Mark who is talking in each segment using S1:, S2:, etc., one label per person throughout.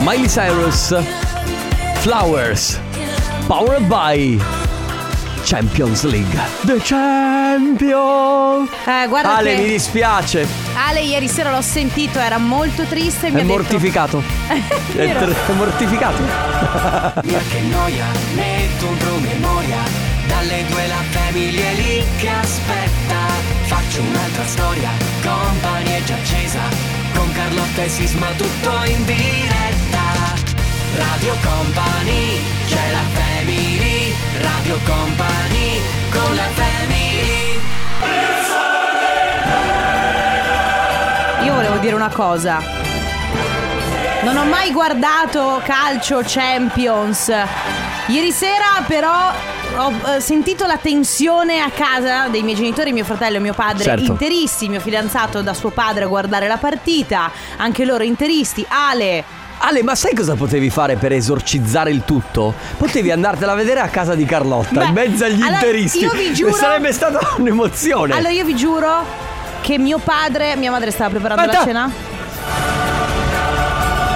S1: Miley Cyrus, Flowers, powered by Champions League. The Champion!
S2: Eh, guarda
S1: Ale,
S2: che
S1: mi dispiace,
S2: Ale ieri sera l'ho sentito, era molto triste. Mi
S1: è
S2: ha detto-
S1: mortificato. è,
S2: vero.
S1: tr- è mortificato.
S3: che noia, metto un promemoria Dalle due la famiglia è lì che aspetta Faccio un'altra storia, company è già accesa Con Carlotta e Sisma tutto in diretta Radio Company, c'è la family Radio Company, con la family
S2: Io volevo dire una cosa. Non ho mai guardato calcio Champions. Ieri sera però ho eh, sentito la tensione a casa dei miei genitori, mio fratello e mio padre
S1: Certo.
S2: interisti, mio fidanzato da suo padre a guardare la partita, anche loro interisti.
S1: Eh.
S2: Ale,
S1: Ale, ma sai cosa potevi fare per esorcizzare il tutto? Potevi andartela a vedere a casa di Carlotta,
S2: Beh,
S1: in mezzo agli
S2: allora,
S1: interisti.
S2: io vi giuro-
S1: Sarebbe stata un'emozione.
S2: allora io vi giuro che mio padre, mia madre stava preparando la
S1: Aspetta.
S2: cena.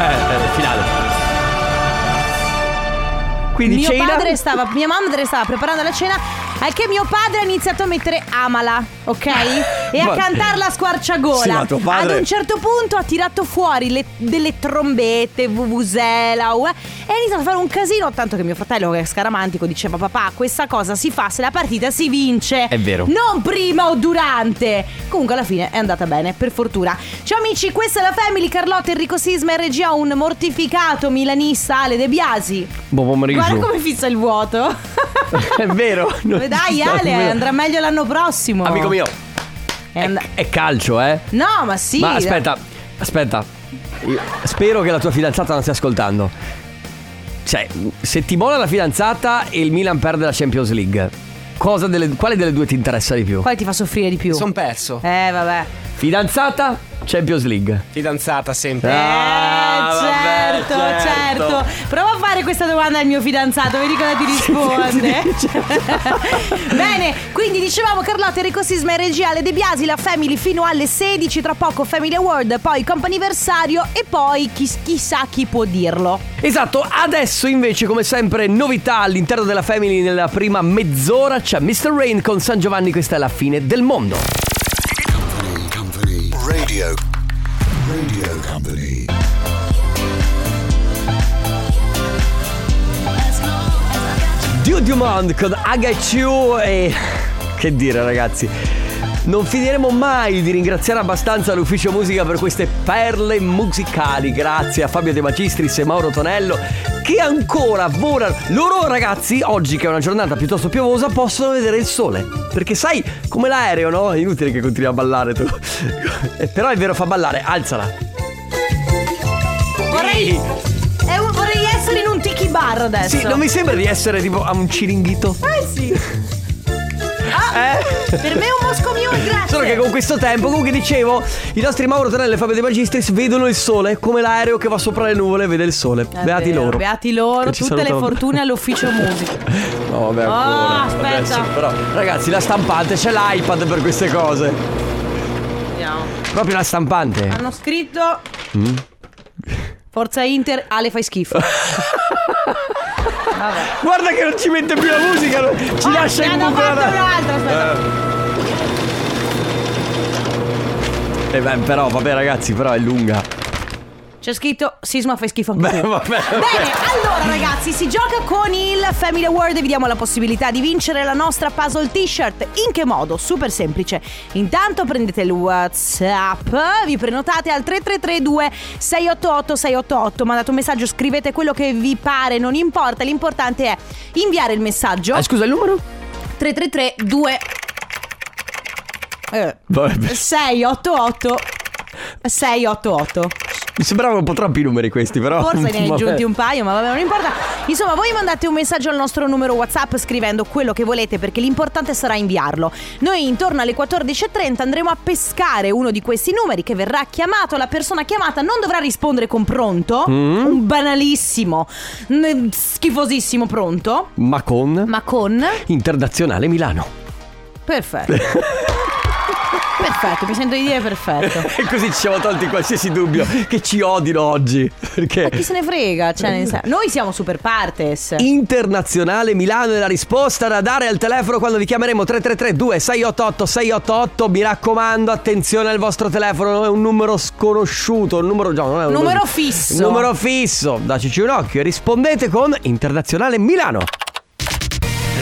S1: Eh, eh, finale. Quindi
S2: mio
S1: cena.
S2: padre stava, mia madre stava preparando la cena al che mio padre ha iniziato a mettere Amala, ok? E a
S1: Ma-
S2: cantarla a squarciagola.
S1: Sì, ma tuo padre-
S2: Ad un certo punto ha tirato fuori le- delle trombette, vuvuzela, uè, e ha iniziato a fare un casino, tanto che mio fratello che è scaramantico diceva papà, questa cosa si fa se la partita si vince.
S1: È vero.
S2: Non prima o durante. Comunque alla fine è andata bene, per fortuna. Ciao amici, questa è la Family Carlotta Enrico Sisma in regia un mortificato milanista Ale De Biasi.
S1: Buon pomeriggio.
S2: Guarda come fissa il vuoto.
S1: È vero. non ci
S2: Dai
S1: sta
S2: Ale,
S1: nemmeno.
S2: andrà meglio l'anno prossimo.
S1: Amico mio,
S2: È and-
S1: è calcio, eh?
S2: No, ma sì.
S1: Ma aspetta, aspetta. Io- Spero che la tua fidanzata non stia ascoltando. Cioè, se ti mola la fidanzata e il Milan perde la Champions League, cosa delle- quale delle due ti interessa di più?
S2: Quale ti fa soffrire di più?
S4: Son perso.
S2: Eh, vabbè.
S1: Fidanzata, Champions League.
S4: Fidanzata sempre.
S1: Ah,
S2: eh,
S1: vabbè,
S2: certo, certo, Prova a fare questa domanda al mio fidanzato, vedi cosa ti risponde. Bene, quindi dicevamo Carlotta, Enrico Sisma e regia Ale De Biasi, la Family fino alle 16, tra poco Family Award, poi comp'anniversario e poi chi- chissà chi può dirlo.
S1: Esatto, adesso invece come sempre novità all'interno della Family nella prima mezz'ora c'è Mr. Rain con San Giovanni, questa è la fine del mondo.
S5: Company. Radio. Radio Company.
S1: Dio Dumond con HQ e... Che dire ragazzi, non finiremo mai di ringraziare abbastanza l'ufficio musica per queste perle musicali. Grazie a Fabio De Magistris e Mauro Tonello che ancora volano. Loro ragazzi, oggi che è una giornata piuttosto piovosa, possono vedere il sole. Perché sai come l'aereo, no? È inutile che continui a ballare tu. Eh, Però è vero, fa ballare, alzala.
S2: Vorrei, eh, vorrei essere in un tiki bar adesso.
S1: Sì, non mi sembra di essere tipo a un ciringhito.
S2: Eh sì. Ah,
S1: Eh.
S2: Per me è un Mosco Mule, grazie.
S1: Solo che con questo tempo, comunque dicevo, i nostri Mauro Tonello e Fabio De Magistris vedono il sole, come l'aereo che va sopra le nuvole e vede il sole.
S2: È
S1: beati
S2: vero,
S1: loro.
S2: Beati loro,
S1: Che ci
S2: tutte le
S1: salutano.
S2: fortune all'ufficio musica.
S1: No, vabbè,
S2: Oh,
S1: ancora.
S2: aspetta.
S1: Adesso, però, ragazzi, la stampante, c'è l'iPad per queste cose.
S2: Vediamo.
S1: Proprio la stampante.
S2: Hanno scritto
S1: Mm.
S2: Forza Inter, Ale fai schifo.
S1: Guarda che non ci mette più la musica, no? ci
S2: Ah,
S1: lascia
S2: ne
S1: in
S2: hanno
S1: buco la-
S2: fatto un'altra, aspetta.
S1: Eh beh, però, vabbè, ragazzi, però è lunga.
S2: C'è scritto Sisma fai schifo anche
S1: Beh,
S2: tu.
S1: vabbè.
S2: Bene, allora ragazzi, si gioca con il Family Award e vi diamo la possibilità di vincere la nostra puzzle t-shirt. In che modo? Super semplice. Intanto prendete il WhatsApp, vi prenotate al 3332 688 688, mandate un messaggio, scrivete quello che vi pare, non importa, l'importante è inviare il messaggio
S1: Ah, scusa, il numero?
S2: 3332 eh,
S1: Vabbè,
S2: 688 688
S1: mi sembravano un po' troppi i numeri questi, però.
S2: Forse ne hai
S1: vabbè.
S2: aggiunti un paio, ma vabbè, non importa. Insomma, voi mandate un messaggio al nostro numero WhatsApp scrivendo quello che volete, perché l'importante sarà inviarlo. Noi intorno alle 14.30 andremo a pescare uno di questi numeri che verrà chiamato. La persona chiamata non dovrà rispondere con pronto, un banalissimo, n- schifosissimo pronto,
S1: Ma con
S2: ma con
S1: Internazionale Milano.
S2: Perfetto. Perfetto, mi sento di dire perfetto.
S1: E così ci siamo tolti qualsiasi dubbio che ci odino oggi. Perché
S2: Chi se ne frega? Cioè, nel sen- noi siamo super partes.
S1: Internazionale Milano è la risposta da dare al telefono quando vi chiameremo 333 2688 688 mi raccomando attenzione al vostro telefono non è un numero sconosciuto un numero no, non è un
S2: Numero fisso.
S1: un numero fisso dateci un occhio e rispondete con Internazionale Milano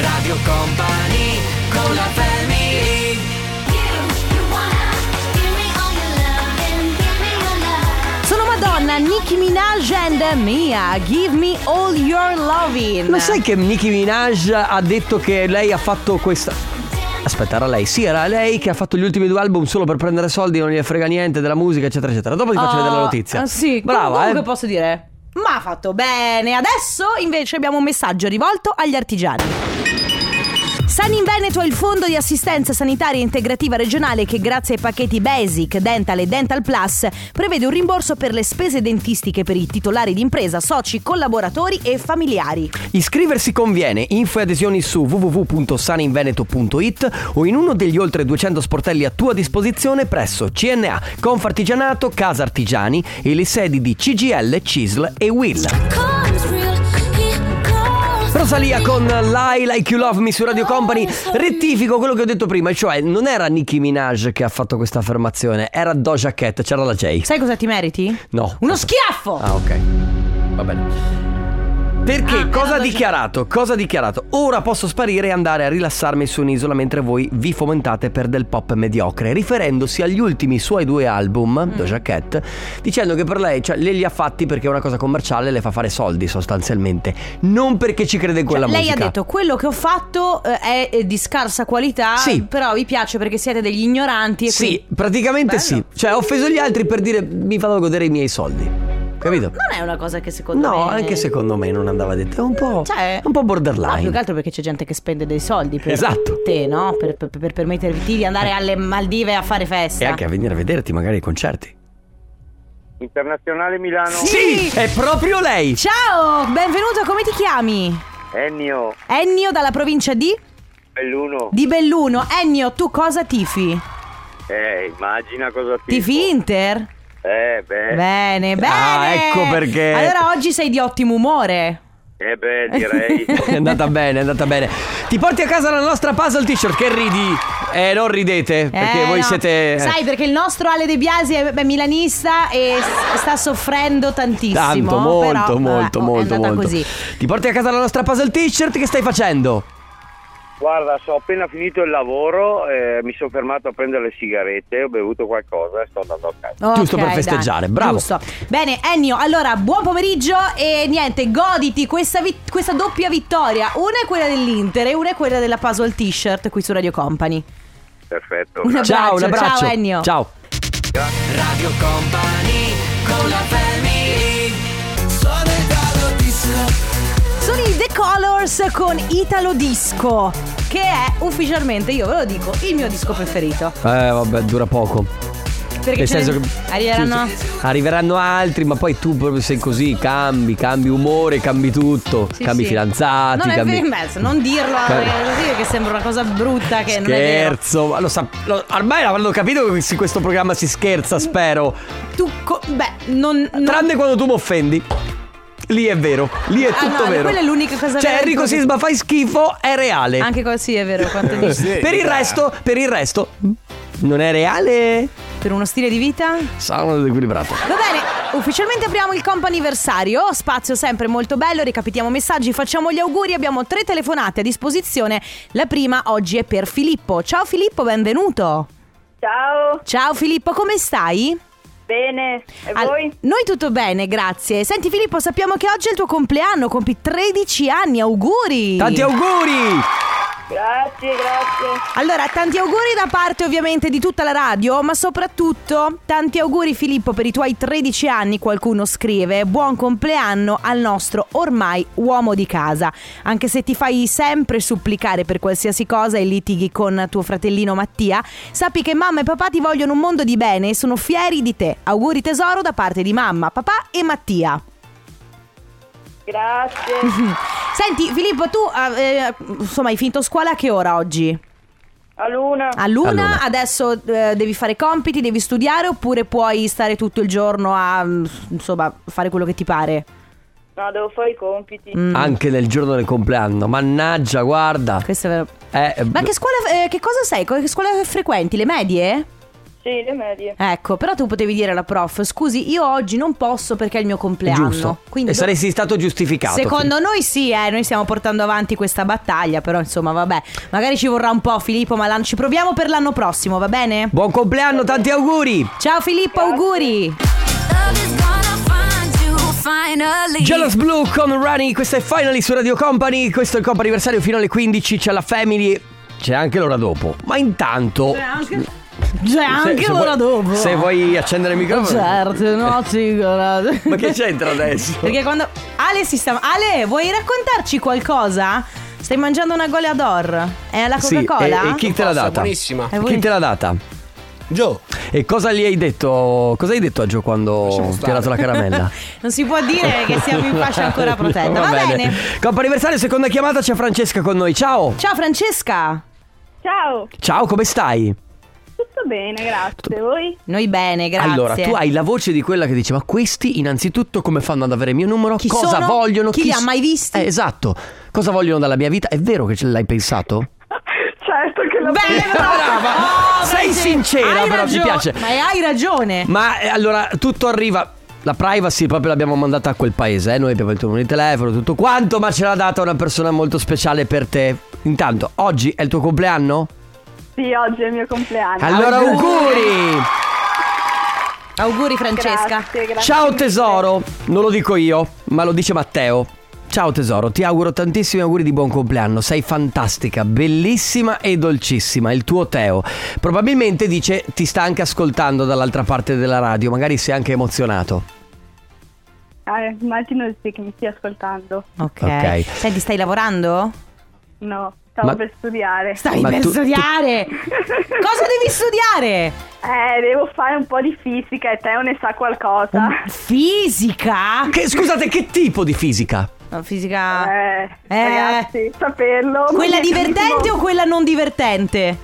S3: Radio Company con la family
S2: Sono Madonna, Nicki Minaj and Mia. Give me all your loving.
S1: ma sai che Nicki Minaj ha detto che lei ha fatto questa Aspetta, era lei. Sì, era lei che ha fatto gli ultimi due album solo per prendere soldi, non gli frega niente della musica, eccetera, eccetera. Dopo ti faccio
S2: Ah,
S1: vedere la notizia.
S2: ah, sì,
S1: brava.
S2: comunque
S1: eh.
S2: posso dire. Ma ha fatto bene. Adesso invece abbiamo un messaggio rivolto agli artigiani. San in Veneto è il fondo di assistenza sanitaria integrativa regionale che grazie ai pacchetti Basic, Dental e Dental Plus prevede un rimborso per le spese dentistiche per i titolari di impresa, soci, collaboratori e familiari.
S1: Iscriversi conviene, info e adesioni su www.saninveneto.it o in uno degli oltre 200 sportelli a tua disposizione presso CNA, Confartigianato, Casa Artigiani e le sedi di CGL, CISL e WILL. Rosalia con Lie Like You Love Me su Radio Company Rettifico quello che ho detto prima, cioè non era Nicki Minaj che ha fatto questa affermazione, era Doja Cat, c'era la J
S2: Sai cosa ti meriti?
S1: No
S2: Uno schiaffo!
S1: Ah, ok. Va bene. Perché
S2: Ah,
S1: cosa ha
S2: allora-
S1: dichiarato? Cosa ha dichiarato? Ora posso sparire e andare a rilassarmi su un'isola mentre voi vi fomentate per del pop mediocre, riferendosi agli ultimi suoi due album,
S2: Mm.
S1: Doja Cat, dicendo che per lei, cioè, lei li ha fatti perché è una cosa commerciale, le fa fare soldi sostanzialmente, non perché ci crede in
S2: Cioè,
S1: quella
S2: lei
S1: musica.
S2: ha detto quello che ho fatto eh, è eh, di scarsa qualità,
S1: Sì.
S2: però vi piace perché siete degli ignoranti e
S1: Sì,
S2: quindi-
S1: praticamente
S2: Bello.
S1: sì. Cioè, ha offeso gli altri per dire mi fanno godere i miei soldi. Capito?
S2: Non è una cosa che secondo me
S1: No, anche secondo me non andava detto. È un po',
S2: Cioè,
S1: un po
S2: Ah, più
S1: borderline.
S2: che altro perché c'è gente che spende dei soldi per
S1: Esatto. Eh.
S2: te, no? Per, per- per permetterti di andare alle Maldive a fare festa.
S1: E anche a venire a vederti magari i concerti.
S4: Internazionale Milano,
S2: Sì!
S1: è proprio lei.
S2: Ciao, benvenuto, come ti chiami?
S4: Ennio,
S2: Ennio dalla provincia di,
S4: Belluno.
S2: di Belluno. Ennio, tu cosa tifi?
S4: Eh, immagina cosa ti
S2: Tifi Inter?
S4: Eh, beh,
S2: Bene, bene.
S1: ecco perché.
S2: Allora oggi sei di ottimo umore.
S4: eh, beh, direi.
S1: È andata bene, è andata bene. Ti porti a casa la nostra puzzle t-shirt che ridi. Eh, non ridete, perché
S2: Eh,
S1: voi
S2: no.
S1: siete. eh,
S2: Sai, perché il nostro Ale De Biasi è beh, milanista e s- sta soffrendo tantissimo.
S1: Tanto, molto,
S2: però, vabbè,
S1: molto,
S2: oh, è
S1: molto,
S2: andata
S1: molto.
S2: così.
S1: Ti porti a casa la nostra puzzle t-shirt, che stai facendo?
S4: Guarda, so, ho appena finito il lavoro, eh, mi sono fermato a prendere le sigarette, ho bevuto qualcosa e sto andando a casa.
S2: Ok,
S1: Giusto per
S2: dai,
S1: festeggiare, bravo.
S2: Giusto. Bene, Ennio, allora buon pomeriggio e niente, goditi questa, vi- questa doppia vittoria. Una è quella dell'Inter e una è quella della Puzzle T-shirt qui su Radio Company.
S4: Perfetto.
S2: Un abbraccio,
S1: Ciao, un abbraccio.
S2: Ciao Ennio.
S1: Ciao.
S3: Radio Company con la family Sono il Dado
S2: Sono i The Colors con Italo Disco, che è ufficialmente, io ve lo dico, il mio disco preferito.
S1: Eh, vabbè, dura poco.
S2: Perché
S1: Nel
S2: ce ne-
S1: senso che
S2: arriveranno
S1: Sì, sì. Arriveranno altri, ma poi tu proprio sei così, cambi, cambi umore, cambi tutto,
S2: Sì,
S1: cambi
S2: sì.
S1: fidanzati,
S2: non
S1: cambi
S2: È vero, beh, se non dirlo
S1: Cam-
S2: eh, così perché sembra una cosa brutta che non è vero.
S1: Scherzo, ma lo sa- lo- ormai l'avranno capito che su questo programma si scherza, spero.
S2: Tu co- beh, non, non-
S1: Tranne quando tu mi offendi. Lì è vero, lì è
S2: Ah,
S1: tutto
S2: no,
S1: vero.
S2: quella è l'unica cosa
S1: Cioè,
S2: vera
S1: Enrico
S2: che-
S1: Sisma fai schifo, è reale.
S2: anche così è vero quanto dici.
S1: per il resto, per il resto, non è reale.
S2: Per uno stile di vita?
S1: Sono equilibrato.
S2: Va bene, ufficialmente apriamo il comp anniversario, spazio sempre molto bello, ricapitiamo messaggi, facciamo gli auguri, abbiamo tre telefonate a disposizione. La prima oggi è per Filippo. Ciao Filippo, benvenuto.
S6: Ciao,
S2: Ciao Filippo, come stai?
S6: bene, e
S2: Al-
S6: voi?
S2: Noi tutto bene, grazie. Senti Filippo, sappiamo che oggi è il tuo compleanno, compi 13 anni, auguri.
S1: Tanti auguri!
S6: Grazie, grazie.
S2: Allora, tanti auguri da parte ovviamente di tutta la radio, ma soprattutto tanti auguri Filippo per i tuoi 13 anni, qualcuno scrive, buon compleanno al nostro ormai uomo di casa, anche se ti fai sempre supplicare per qualsiasi cosa e litighi con tuo fratellino Mattia, sappi che mamma e papà ti vogliono un mondo di bene e sono fieri di te. Auguri tesoro da parte di mamma, papà e Mattia.
S6: Grazie.
S2: ah, Senti Filippo, tu eh, insomma hai finito scuola a che ora oggi?
S6: a luna.
S2: A luna,
S1: A luna.
S2: adesso eh, devi fare i compiti, devi studiare oppure puoi stare tutto il giorno a mm, insomma fare quello che ti pare.
S6: No, devo fare i compiti.
S2: Mm,
S1: Anche nel giorno del compleanno. Mannaggia, guarda.
S2: Questo è vero.
S1: Eh,
S2: Ma che scuola eh, che cosa sei? Co- Che scuola frequenti? Le medie?
S6: Sì, le medie.
S2: Ecco, però tu potevi dire alla prof: scusi, io oggi non posso perché è il mio compleanno.
S1: Giusto.
S2: Quindi
S1: e
S2: do-
S1: saresti stato giustificato.
S2: Secondo noi sì, eh, noi stiamo portando avanti questa battaglia, però insomma vabbè, magari ci vorrà un po' Filippo, ma l'an- ci proviamo per l'anno prossimo, va bene?
S1: Buon compleanno, tanti auguri.
S2: Ciao Filippo, auguri!
S1: Jealous Blue con Rani, questo è Finally su Radio Company, questo è il comp anniversario fino alle 15, c'è la Family, c'è anche l'ora dopo, ma intanto...
S2: C'è
S1: se-
S2: Cioè, anche
S1: se
S2: l'ora
S1: vuoi-
S2: dopo.
S1: Se vuoi accendere il microfono...
S2: Certo, no, sicuramente.
S1: Ma che c'entra adesso?
S2: Perché quando Ale si sta Ale, vuoi raccontarci qualcosa? Stai mangiando una goleador? È alla
S1: Sì,
S2: Coca-Cola?
S1: e, e chi te l'ha data?
S7: buonissima.
S2: Eh,
S1: Chi
S2: voi-
S1: te l'ha data?
S7: Joe,
S1: E cosa gli hai detto? Cosa hai detto a Gio quando ti ha
S7: stare.
S1: dato la caramella?
S2: Non si può dire che siamo in fascia ancora protetta. Va, bene.
S1: Coppa anniversario, seconda chiamata, c'è Francesca con noi. Ciao!
S2: Ciao Francesca.
S6: Ciao,
S1: Ciao, come stai?
S6: tutto bene, grazie. Voi?
S2: Noi bene, grazie.
S1: Allora, tu hai la voce di quella che dice: Ma questi, innanzitutto, come fanno ad avere il mio numero?
S2: Chi
S1: cosa
S2: sono?
S1: vogliono?
S2: Chi li ha
S1: s-
S2: mai visti?"
S1: Eh, esatto. Cosa vogliono dalla mia vita? È vero che ce l'hai pensato?
S6: Certo che lo
S2: Bene, Oh,
S1: Brava. Sei
S2: Francesca,
S1: sincera,
S2: hai
S1: però, mi
S2: ragione.
S1: piace.
S2: Ma hai ragione.
S1: Ma eh, allora, tutto arriva. La privacy proprio l'abbiamo mandata a quel paese, eh? noi abbiamo il tuo numero di telefono, tutto quanto, ma ce l'ha data una persona molto speciale per te. Intanto, oggi è il tuo compleanno?
S6: Sì, oggi è il mio compleanno.
S1: Allora, auguri!
S2: Auguri Francesca.
S6: Grazie, grazie
S1: Ciao
S6: mille.
S1: tesoro, non lo dico io, ma lo dice Matteo. Ciao tesoro, ti auguro tantissimi auguri di buon compleanno, sei fantastica, bellissima e dolcissima, il tuo Teo. Probabilmente dice ti sta anche ascoltando dall'altra parte della radio, magari sei anche emozionato.
S6: Ah, immagino sì che mi stia ascoltando.
S2: Ok.
S1: Ok.
S2: Senti, stai lavorando?
S6: No, stavo
S1: Ma-
S6: per studiare.
S2: Stai
S1: Ma
S2: per
S1: tu- tu-
S2: studiare. Cosa devi studiare?
S6: Eh, devo fare un po' di fisica e Teo ne sa qualcosa. Eh,
S2: Fisica?
S1: Che, scusate, che tipo di fisica?
S2: No, fisica.
S6: Eh, ragazzi, saperlo.
S2: Quella
S6: non è
S2: divertente
S6: benissimo.
S2: o quella non divertente?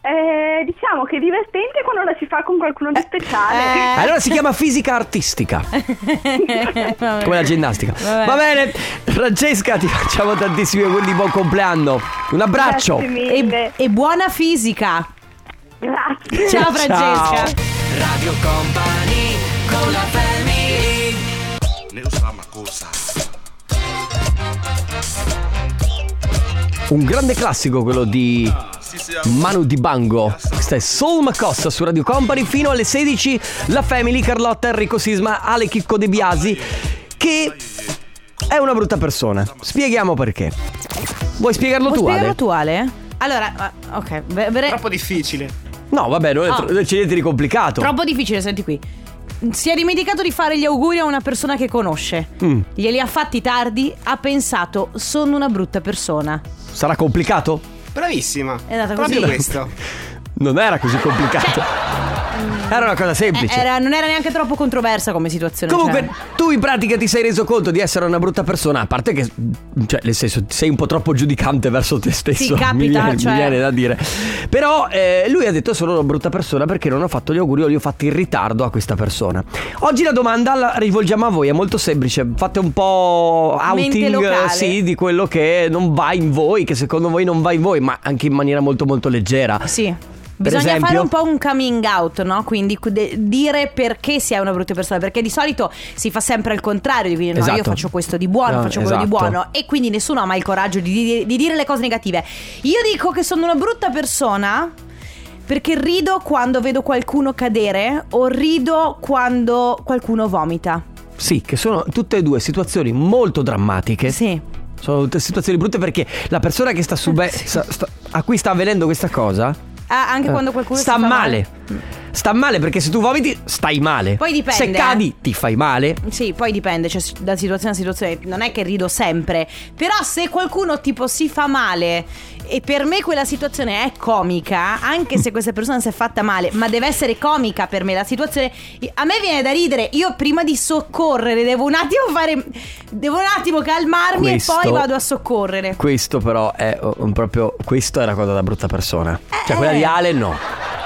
S6: Eh, diciamo che è divertente quando la si fa con qualcuno di speciale.
S2: Eh,
S1: Allora si chiama fisica artistica,
S2: vabbè.
S1: come la ginnastica.
S2: Vabbè.
S1: Va bene, Francesca, ti facciamo tantissimi auguri di buon compleanno. Un abbraccio.
S6: Grazie mille.
S2: E, e buona fisica.
S6: Grazie.
S2: Ciao Francesca.
S1: Un grande classico quello di Manu Dibango. Questa è Soul Macossa su Radio Company fino alle 16. La Family, Carlotta, Enrico Sisma, Ale Chicco De Biasi. Che è una brutta persona. Spieghiamo perché. Vuoi spiegarlo
S2: Puoi
S1: tu,
S2: spiegarlo
S1: Ale?
S2: tu, Ale? Allora, ah, ok. ve- ve-
S7: troppo difficile.
S1: No, vabbè, non è tro- non c'è niente di complicato.
S2: Troppo difficile, senti qui. Si è dimenticato di fare gli auguri a una persona che conosce.
S1: Mm.
S2: Glieli ha fatti tardi, ha pensato sono una brutta persona.
S1: Sarà complicato?
S7: Bravissima.
S2: È andata
S7: Proprio
S2: così.
S7: questo.
S1: Non era così complicato. Era una cosa
S2: Eh,
S1: semplice.
S2: Cioè, era- non era neanche troppo controversa come situazione.
S1: Comunque,
S2: cioè.
S1: tu in pratica ti sei reso conto di essere una brutta persona, a parte che, cioè, nel senso, sei un po' troppo giudicante verso te stesso.
S2: capita,
S1: mi, viene, mi
S2: cioè.
S1: viene da dire. Però eh, lui ha detto sono una brutta persona perché non ho fatto gli auguri o li ho fatti in ritardo a questa persona. Oggi la domanda la rivolgiamo a voi, è molto semplice. Fate un po'
S2: Mente
S1: outing
S2: locale.
S1: eh, sì, di quello che non va in voi, che secondo voi non va in voi, ma anche in maniera molto molto leggera.
S2: Sì. Bisogna
S1: esempio?
S2: fare un po' un coming out, no? Quindi cu- de- dire perché si è una brutta persona, perché di solito si fa sempre il contrario, quindi no, io
S1: Esatto.
S2: faccio questo di buono,
S1: No,
S2: faccio quello di
S1: esatto.
S2: buono e quindi nessuno ha mai il coraggio di, di- di dire le cose negative. Io dico che sono una brutta persona perché rido quando vedo qualcuno cadere o rido quando qualcuno vomita.
S1: Sì, che sono tutte e due situazioni molto drammatiche.
S2: Sì.
S1: Sono tutte situazioni brutte perché la persona che sta subendo a cui sta avvenendo questa cosa
S2: Ah, anche quando qualcuno
S1: Eh, sta
S2: si fa
S1: male. sta male perché se tu vomiti stai male.
S2: Poi dipende, eh.
S1: Se cadi ti fai male.
S2: Sì, poi dipende, cioè da situazione a situazione, non è che rido sempre, però se qualcuno tipo si fa male e per me quella situazione è comica, anche se questa persona si è fatta male, ma deve essere comica per me la situazione, a me viene da ridere, io prima di soccorrere devo un attimo fare, devo un attimo calmarmi
S1: Questo-
S2: e poi vado a soccorrere.
S1: Questo però è un proprio questa è una cosa da brutta persona.
S2: Eh.
S1: Cioè quella di Ale no.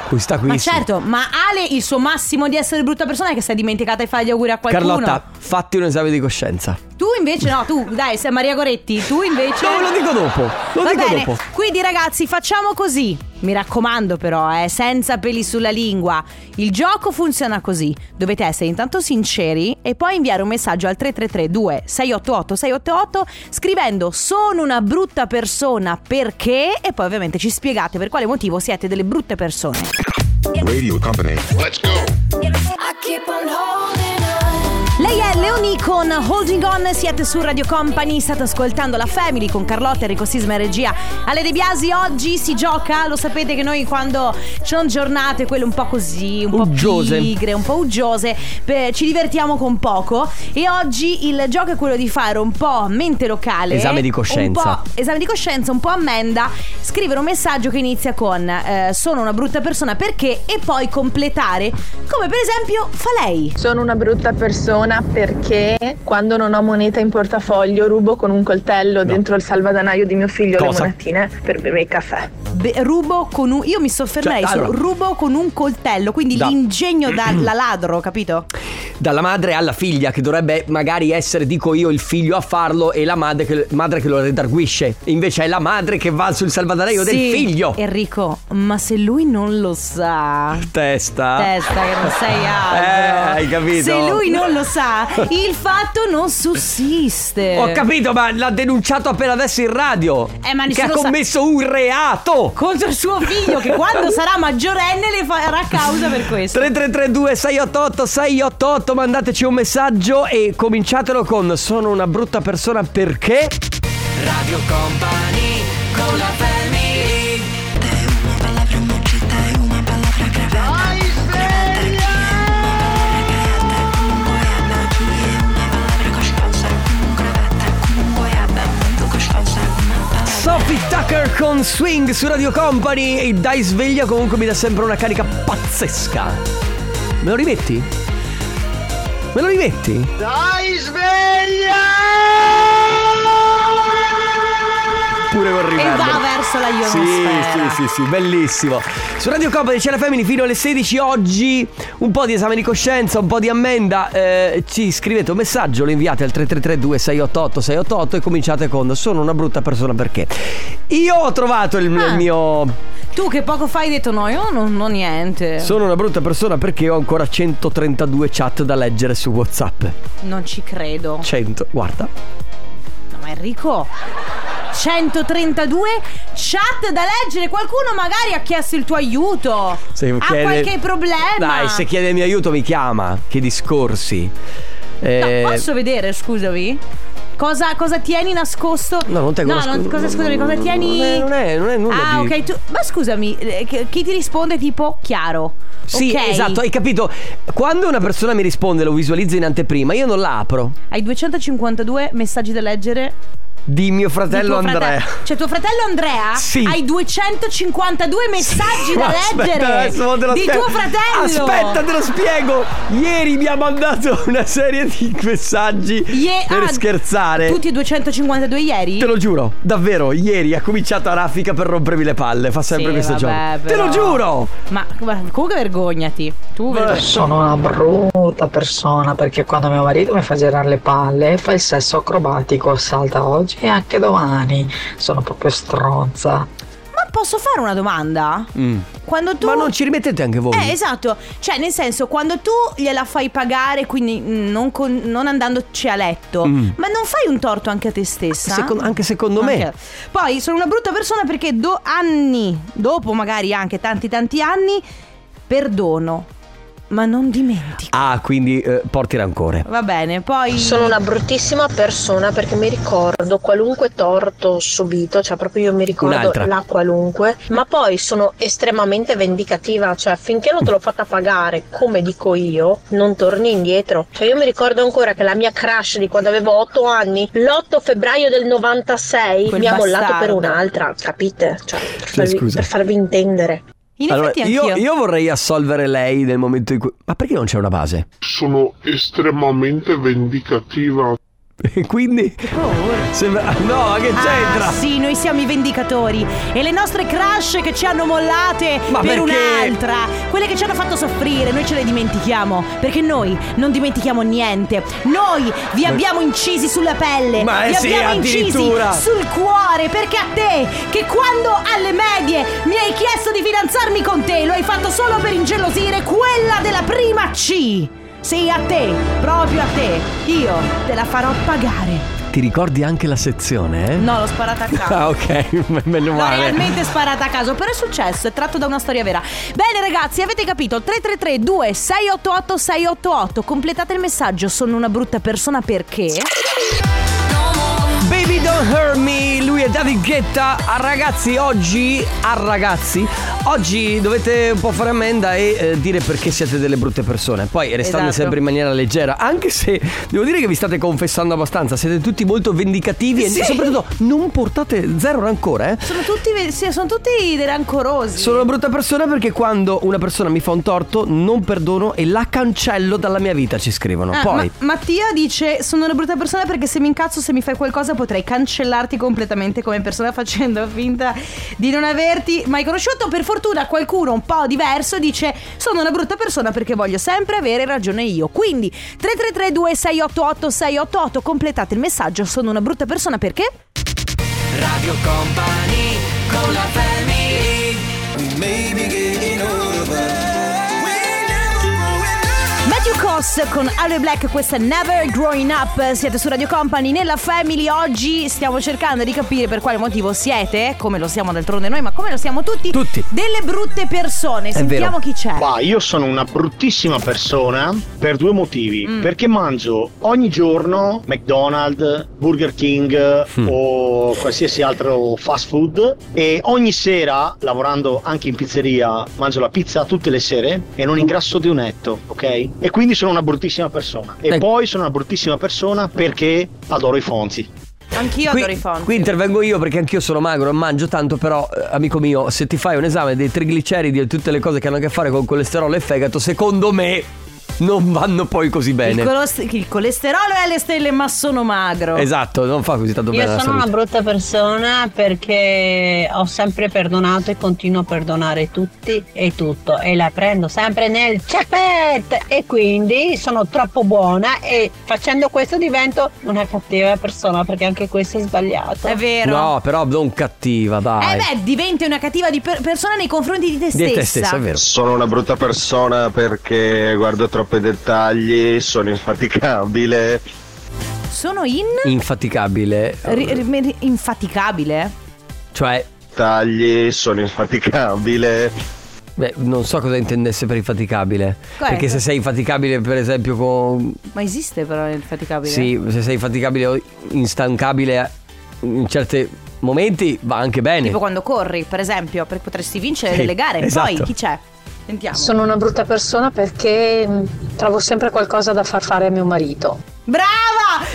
S1: Questa qui
S2: Ma
S1: sì.
S2: certo, ma Ale il suo massimo di essere brutta persona è che si è dimenticata di fare gli auguri a qualcuno.
S1: Carlotta, fatti un esame di coscienza.
S2: Tu invece no, tu dai, sei Maria Goretti, tu invece...
S1: No, ve lo dico dopo. Lo
S2: Va
S1: dico
S2: bene,
S1: dopo.
S2: quindi ragazzi facciamo così. Mi raccomando però, eh, senza peli sulla lingua. Il gioco funziona così. Dovete essere intanto sinceri e poi inviare un messaggio al 333 688 688 scrivendo sono una brutta persona perché e poi ovviamente ci spiegate per quale motivo siete delle brutte persone.
S5: Radio Company.
S2: Lei è Leonie con Holding On, siete su Radio Company, state ascoltando la Family con Carlotta, Enrico Sisma e regia. Ale De Biasi oggi si gioca, lo sapete che noi quando ci sono giornate quelle un po' così, un
S1: Uggiose.
S2: po' pigre, un po' uggiose, beh, ci divertiamo con poco e oggi il gioco è quello di fare un po' mente locale,
S1: Esame di
S2: un
S1: coscienza.
S2: po' esame di coscienza, un po' ammenda, scrivere un messaggio che inizia con eh, sono una brutta persona perché e poi completare, come per esempio fa lei.
S8: Sono una brutta persona perché quando non ho moneta in portafoglio rubo con un coltello dentro il salvadanaio di mio figlio
S1: Cosa?
S8: le monetine per bere il caffè.
S2: Be- rubo con un. Io mi soffermerei
S1: Cioè,
S2: su
S1: allora-
S2: rubo con un coltello. Quindi
S1: Da-
S2: l'ingegno dalla ladro, capito?
S1: Dalla madre alla figlia, che dovrebbe magari essere, dico io, il figlio a farlo e la madre che, madre che lo redarguisce. Invece è la madre che va sul salvadanaio Eh, del
S2: Sì. Eh.
S1: figlio.
S2: Enrico, ma se lui non lo sa.
S1: Testa.
S2: Testa che non sei
S1: Eh,
S2: altro.
S1: hai capito?
S2: Se lui non lo sa, il fatto non sussiste.
S1: Ho capito, ma l'ha denunciato appena adesso in radio.
S2: Eh, ma
S1: che ha
S2: nessuno sa-
S1: commesso un reato.
S2: Contro il suo figlio, che quando sarà maggiorenne le farà causa per questo.
S1: 3332 688 688 mandateci un messaggio e cominciatelo con sono una brutta persona perché
S3: Radio Company con la family
S1: Sophie Tucker con Swing su Radio Company e dai sveglia comunque mi dà sempre una carica pazzesca. Me lo rimetti? Me lo rimetti? Dai sveglia! Pure con
S2: E
S1: rimedio.
S2: va verso la
S1: Sì,
S2: ionosfera.
S1: sì, sì, sì, bellissimo. Su Radio Company c'è la Family fino alle 16 oggi. Un po' di esame di coscienza, un po' di ammenda. Eh, ci scrivete un messaggio, lo inviate al 3332 688 688 e cominciate con sono una brutta persona perché. Io ho trovato il,
S2: Ah.
S1: il mio...
S2: Tu che poco fa hai detto no, io non ho niente.
S1: Sono una brutta persona perché ho ancora 132 chat da leggere su WhatsApp.
S2: non ci credo.
S1: 100, guarda.
S2: No, ma Enrico 132 chat da leggere qualcuno magari ha chiesto il tuo aiuto
S1: Se
S2: ha
S1: chiede-
S2: qualche problema
S1: Dai, se chiede il mio aiuto mi chiama. Che discorsi. Eh,
S2: No, posso vedere scusami Cosa, cosa tieni nascosto?
S1: No, non tengo
S2: No,
S1: nascosto-
S2: non- cosa, scusami, cosa
S1: non
S2: tieni?
S1: è- non è- non è nulla
S2: Ah,
S1: di-
S2: ok, tu- ma scusami, eh, chi chi ti risponde tipo chiaro?
S1: Sì,
S2: Ok.
S1: esatto, hai capito. Quando una persona mi risponde, lo visualizzo in anteprima, io non la apro.
S2: Hai 252 messaggi da leggere
S1: Di mio fratello
S2: di tuo frate-
S1: Andrea.
S2: Cioè, tuo fratello Andrea
S1: Sì.
S2: hai 252 messaggi
S1: Ma
S2: da
S1: aspetta,
S2: leggere
S1: adesso mo te lo
S2: di
S1: spiego.
S2: tuo fratello.
S1: Aspetta, te lo spiego. Ieri mi ha mandato una serie di messaggi
S2: Ie-
S1: per
S2: ah,
S1: scherzare.
S2: Tutti e 252 ieri?
S1: Te lo giuro, davvero, ieri ha cominciato a raffica per rompermi le palle. Fa sempre
S2: Sì,
S1: questo
S2: vabbè,
S1: gioco. Te
S2: però.
S1: lo giuro!
S2: Ma guarda, comunque vergognati. Tu vergogna-
S9: Sono una brutta persona perché quando mio marito mi fa girare le palle fa il sesso acrobatico, salta oggi e anche domani. Sono proprio stronza.
S2: Ma posso fare una domanda? Quando tu
S1: Ma non ci rimettete anche voi?
S2: Eh, esatto. Cioè, nel senso, quando tu gliela fai pagare, quindi mm, non, con- non andandoci a letto, ma non fai un torto anche a te stessa?
S1: Secon- anche Mm. secondo me.
S2: Anche- Poi sono una brutta persona perché do anni, dopo magari anche tanti tanti anni, perdono. ma non dimentico.
S1: Ah, quindi eh, porti rancore.
S2: Va bene, poi...
S10: Sono una bruttissima persona perché mi ricordo qualunque torto subito, cioè proprio io mi ricordo
S1: Un'altra.
S10: la qualunque, ma poi sono estremamente vendicativa, cioè finché non te l'ho fatta pagare, come dico io, non torni indietro. Cioè io mi ricordo ancora che la mia crush di quando avevo 8 anni, l'8 febbraio del 96,
S2: Quel
S10: mi ha mollato
S2: bastardo.
S10: per un'altra, capite? Cioè, per, farvi,
S1: scusa.
S10: per farvi intendere.
S2: In
S1: Allora,
S2: effetti anch'io.
S1: io, io vorrei assolvere lei nel momento in cui... Ma perché non c'è una base?
S11: Sono estremamente vendicativa.
S1: E quindi... Sembra... No, ma che c'entra?
S2: Ah, sì, noi siamo i vendicatori e le nostre crush che ci hanno mollate
S1: Ma
S2: per
S1: perché?
S2: un'altra, quelle che ci hanno fatto soffrire, noi ce le dimentichiamo perché noi non dimentichiamo niente. Noi vi abbiamo incisi sulla pelle,
S1: Ma, eh
S2: vi
S1: sì,
S2: abbiamo incisi
S1: addirittura.
S2: sul cuore perché a te che quando alle medie mi hai chiesto di fidanzarmi con te, lo hai fatto solo per ingelosire quella della prima C. Sì, a te, proprio a te. Io te la farò pagare.
S1: Ti ricordi anche la sezione, eh?
S2: No, l'ho sparata a caso.
S1: Ah, ok, me- meno
S2: L'ho
S1: male.
S2: realmente sparata a caso, però è successo, è tratto da una storia vera. Bene ragazzi, avete capito, 333 2688 688, completate il messaggio, sono una brutta persona perché...
S1: Baby Don't Hurt Me, lui è David Guetta. A ragazzi, oggi, a ragazzi, oggi dovete un po' fare ammenda e eh, dire perché siete delle brutte persone. Poi restando
S2: Esatto.
S1: sempre in maniera leggera, anche se devo dire che vi state confessando abbastanza, siete tutti molto vendicativi
S2: Sì.
S1: e soprattutto non portate zero rancore, eh.
S2: Sono tutti, sì, sono tutti dei rancorosi.
S1: Sono una brutta persona perché quando una persona mi fa un torto non perdono e la cancello dalla mia vita, ci scrivono.
S2: Ah,
S1: Poi
S2: Ma- Mattia dice sono una brutta persona perché se mi incazzo, se mi fai qualcosa potrei cancellarti completamente come persona facendo finta di non averti mai conosciuto. Per fortuna qualcuno un po' diverso dice sono una brutta persona perché voglio sempre avere ragione io. Quindi 3332 688 688 completate il messaggio sono una brutta persona perché...
S3: Radio Company con la family Maybe getting over
S2: Matthew Cos con Harry Black, questa è Never Growing Up, siete su Radio Company nella Family, oggi stiamo cercando di capire per quale motivo siete, come lo siamo d'altronde noi, ma come lo siamo tutti,
S1: Tutti.
S2: delle brutte persone,
S1: vero.
S2: sentiamo chi c'è.
S7: Ma io sono una bruttissima persona per due motivi. Perché mangio ogni giorno McDonald's, Burger King o qualsiasi altro fast food e ogni sera, lavorando anche in pizzeria, mangio la pizza tutte le sere e non ingrasso di un etto, ok? E quindi sono una bruttissima persona. E
S1: Dai.
S7: poi sono una bruttissima persona perché adoro i fonzi.
S2: Anch'io
S1: Qui,
S2: adoro i fonti.
S1: qui intervengo io perché anch'io sono magro, non mangio tanto, però eh, amico mio, se ti fai un esame dei trigliceridi e tutte le cose che hanno a che fare con colesterolo e fegato, secondo me non vanno poi così
S2: il,
S1: bene.
S2: colos- il colesterolo è alle stelle ma sono magro.
S1: Esatto, non fa così tanto
S10: Io
S1: bene la
S10: sono una
S1: salute.
S10: brutta persona perché ho sempre perdonato e continuo a perdonare tutti e tutto e la prendo sempre nel cepet e quindi sono troppo buona e facendo questo divento una cattiva persona perché anche questo è sbagliato.
S2: È vero.
S1: No, però non cattiva, dai.
S2: Eh beh, diventi una cattiva di per- persona nei confronti di te stessa.
S1: Di te stessa, è vero.
S11: Sono una brutta persona perché guardo troppi dettagli, sono infaticabile.
S2: Sono in...
S1: Infaticabile.
S2: ri- ri- infaticabile.
S1: Cioè,
S11: Tagli, sono infaticabile.
S1: beh, non so cosa intendesse per infaticabile.
S2: Qual è?
S1: Perché se sei infaticabile, per esempio, con.
S2: Ma esiste però l'infaticabile?
S1: Sì, se sei infaticabile o instancabile in certi momenti va anche bene.
S2: Tipo quando corri, per esempio, perché potresti vincere
S1: Sì,
S2: delle gare. Poi
S1: esatto.
S2: chi c'è? Sentiamo.
S10: Sono una brutta persona perché trovo sempre qualcosa da far fare a mio marito.
S2: Brava!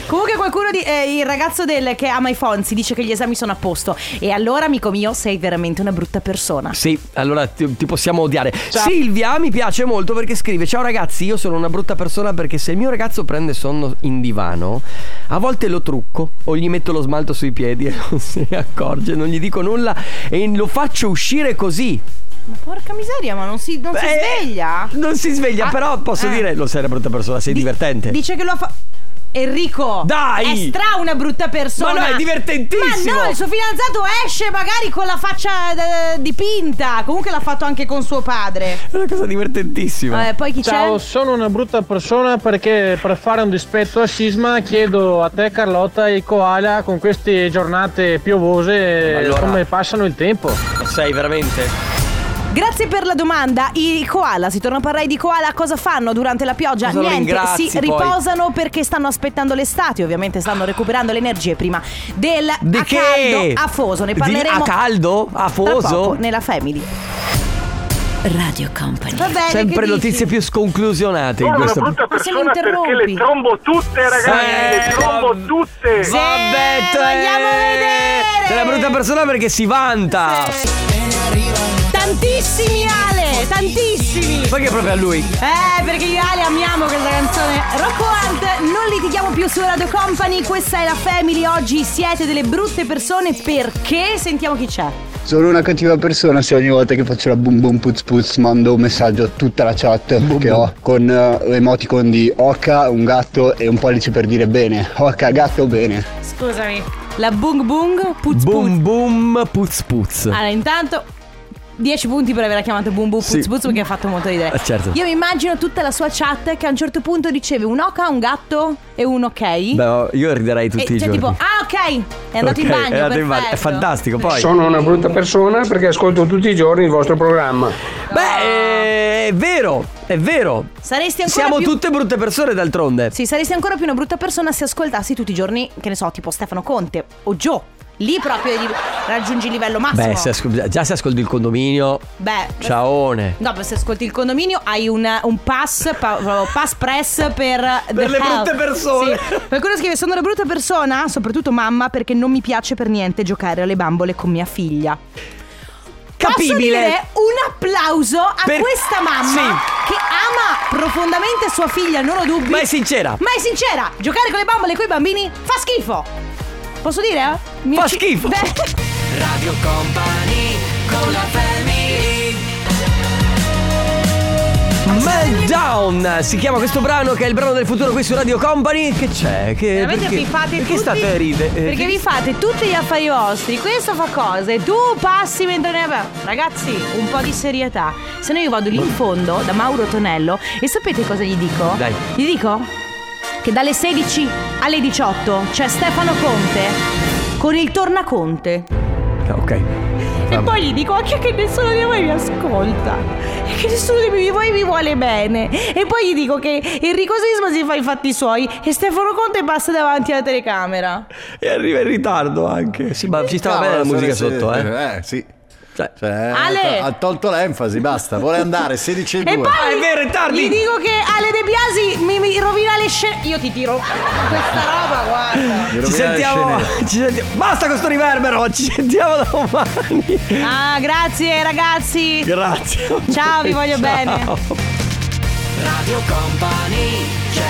S2: Comunque qualcuno di, eh, il ragazzo del che ama i Fonzi dice che gli esami sono a posto. E allora, amico mio, sei veramente una brutta persona.
S1: Sì, allora ti, ti possiamo odiare. Silvia mi piace molto perché scrive: Ciao ragazzi, io sono una brutta persona perché se il mio ragazzo prende sonno in divano, a volte lo trucco o gli metto lo smalto sui piedi e non se ne accorge, non gli dico nulla e lo faccio uscire così.
S2: Ma porca miseria, ma non si, non si
S1: Eh,
S2: sveglia?
S1: Non si sveglia,
S2: Ah,
S1: però posso
S2: eh.
S1: dire: Lo sei una brutta persona, sei
S2: Di-
S1: divertente.
S2: Dice che lo fa. Enrico!
S1: Dai!
S2: È stra una brutta persona!
S1: Ma no, è divertentissimo!
S2: Ma no, il suo fidanzato esce magari con la faccia eh, dipinta. Comunque l'ha fatto anche con suo padre.
S1: È una cosa divertentissima.
S2: Eh, poi chi c'è?
S9: sono una brutta persona perché per fare un dispetto eh, a Sisma chiedo a te Carlotta e Koala con queste giornate piovose eh,
S1: Allora. come
S9: passano il tempo.
S1: Sei veramente.
S2: Grazie per la domanda. I koala, si torna a parlare di koala, cosa fanno durante la pioggia?
S1: Cosa lo
S2: Niente,
S1: ingrazi,
S2: si
S1: poi?
S2: riposano perché stanno aspettando l'estate, ovviamente stanno recuperando le energie prima del
S1: Di
S2: a
S1: che?
S2: caldo afoso. Ne
S1: Di-
S2: parleremo
S1: a caldo? Afoso?
S2: tra poco nella Family.
S12: Radio Company.
S2: Va bene,
S1: Sempre
S2: eh, che
S1: notizie più sconclusionate in
S13: Sono una
S1: questo
S13: brutta
S2: Ma se mi
S13: persona perché
S2: interrompi?
S13: le trombo tutte, ragazzi.
S1: Eh,
S13: le trombo tutte.
S1: Vabbè, te- Sei una brutta persona perché si vanta.
S2: dici? Tantissimi Ale, tantissimi.
S1: Poi che è proprio a lui.
S2: Eh, perché io e Ale amiamo questa canzone. Rocco Hunt, non litighiamo più su Radio Company, questa è la Family, oggi siete delle brutte persone perché sentiamo chi c'è.
S14: Sono una cattiva persona se ogni volta che faccio la boom boom putz putz mando un messaggio a tutta la chat che ho con eh, l'emoticon di oca, un gatto e un pollice per dire bene. Oca, gatto, bene.
S2: Scusami. La Bung Bung Putz
S1: Boom boom putz putz.
S2: Allora, intanto 10 punti per averla chiamato Boom Boom Putz
S1: Sì.
S2: Putz perché ha fatto molto ridere.
S1: Eh, certo.
S2: Io mi immagino tutta la sua chat che a un certo punto riceve un oca, un gatto e un ok.
S1: Beh, oh, io riderei tutti
S2: e
S1: i
S2: cioè
S1: giorni.
S2: tipo, ah ok, è andato
S1: Ok,
S2: in bagno,
S1: è andato in bagno. È
S2: perfetto.
S1: fantastico, poi.
S15: Sono una brutta persona perché ascolto tutti i giorni il vostro programma.
S1: Beh, eh, è vero, è vero.
S2: Saresti ancora
S1: Siamo
S2: più-
S1: tutte brutte persone d'altronde.
S2: Sì, saresti ancora più una brutta persona se ascoltassi tutti i giorni, che ne so, tipo Stefano Conte o Joe. Lì proprio di- raggiungi il livello massimo.
S1: Beh, se ascol- già se ascolti il condominio.
S2: Beh,
S1: Ciaone.
S2: Dopo se ascolti il condominio hai un, un pass, pa- pass press per... the
S1: le
S2: health.
S1: brutte persone.
S2: Sì. Qualcuno scrive sono una brutta persona, soprattutto mamma, perché non mi piace per niente giocare alle bambole con mia figlia. Posso
S1: Capibile.
S2: dire un applauso a
S1: Per-
S2: questa mamma
S1: Sì.
S2: che ama profondamente sua figlia, non ho dubbi.
S1: Ma è sincera.
S2: Ma è sincera, giocare con le bambole e con i bambini fa schifo. Posso dire? eh? Mi
S1: Fa
S2: ucci-
S1: schifo.
S2: Beh.
S3: Radio Company con la family
S1: Meltdown si chiama questo brano che è il brano del futuro qui su Radio Company. Che c'è? Che,
S2: Veramente
S1: perché,
S2: vi fate
S1: perché
S2: tutti
S1: state a ridere? Eh,
S2: Perché vi fate tutti gli affari vostri Questo fa cose Tu passi mentre ne Beh, Ragazzi un po' di serietà Se no io vado lì in fondo Da Mauro Tonello E sapete cosa gli dico?
S1: Dai.
S2: Gli dico Che dalle 16 alle 18 C'è Stefano Conte Con il tornaconte
S1: Ah, Ok.
S2: E poi gli dico anche che nessuno di voi mi ascolta E che nessuno di voi mi vuole bene E poi gli dico che Enrico Sisma si fa i fatti suoi E Stefano Conte passa davanti alla telecamera
S1: E arriva in ritardo anche. Sì, ma ci stava bene la
S16: Cavolo,
S1: musica
S16: se-
S1: sotto, eh.
S16: Eh, sì. Cioè,
S2: Ale!
S16: ha tolto l'enfasi, basta. Vuole andare 16 e 2.
S2: E poi Gli dico che Ale De Biasi mi, mi rovina le scene. Io ti tiro questa roba, guarda.
S1: Ci sentiamo, ci sentiamo. Basta con sto riverbero. Ci sentiamo domani.
S2: Ah, grazie ragazzi.
S1: Grazie.
S2: Ciao, vi voglio bene.
S3: Radio Company c'è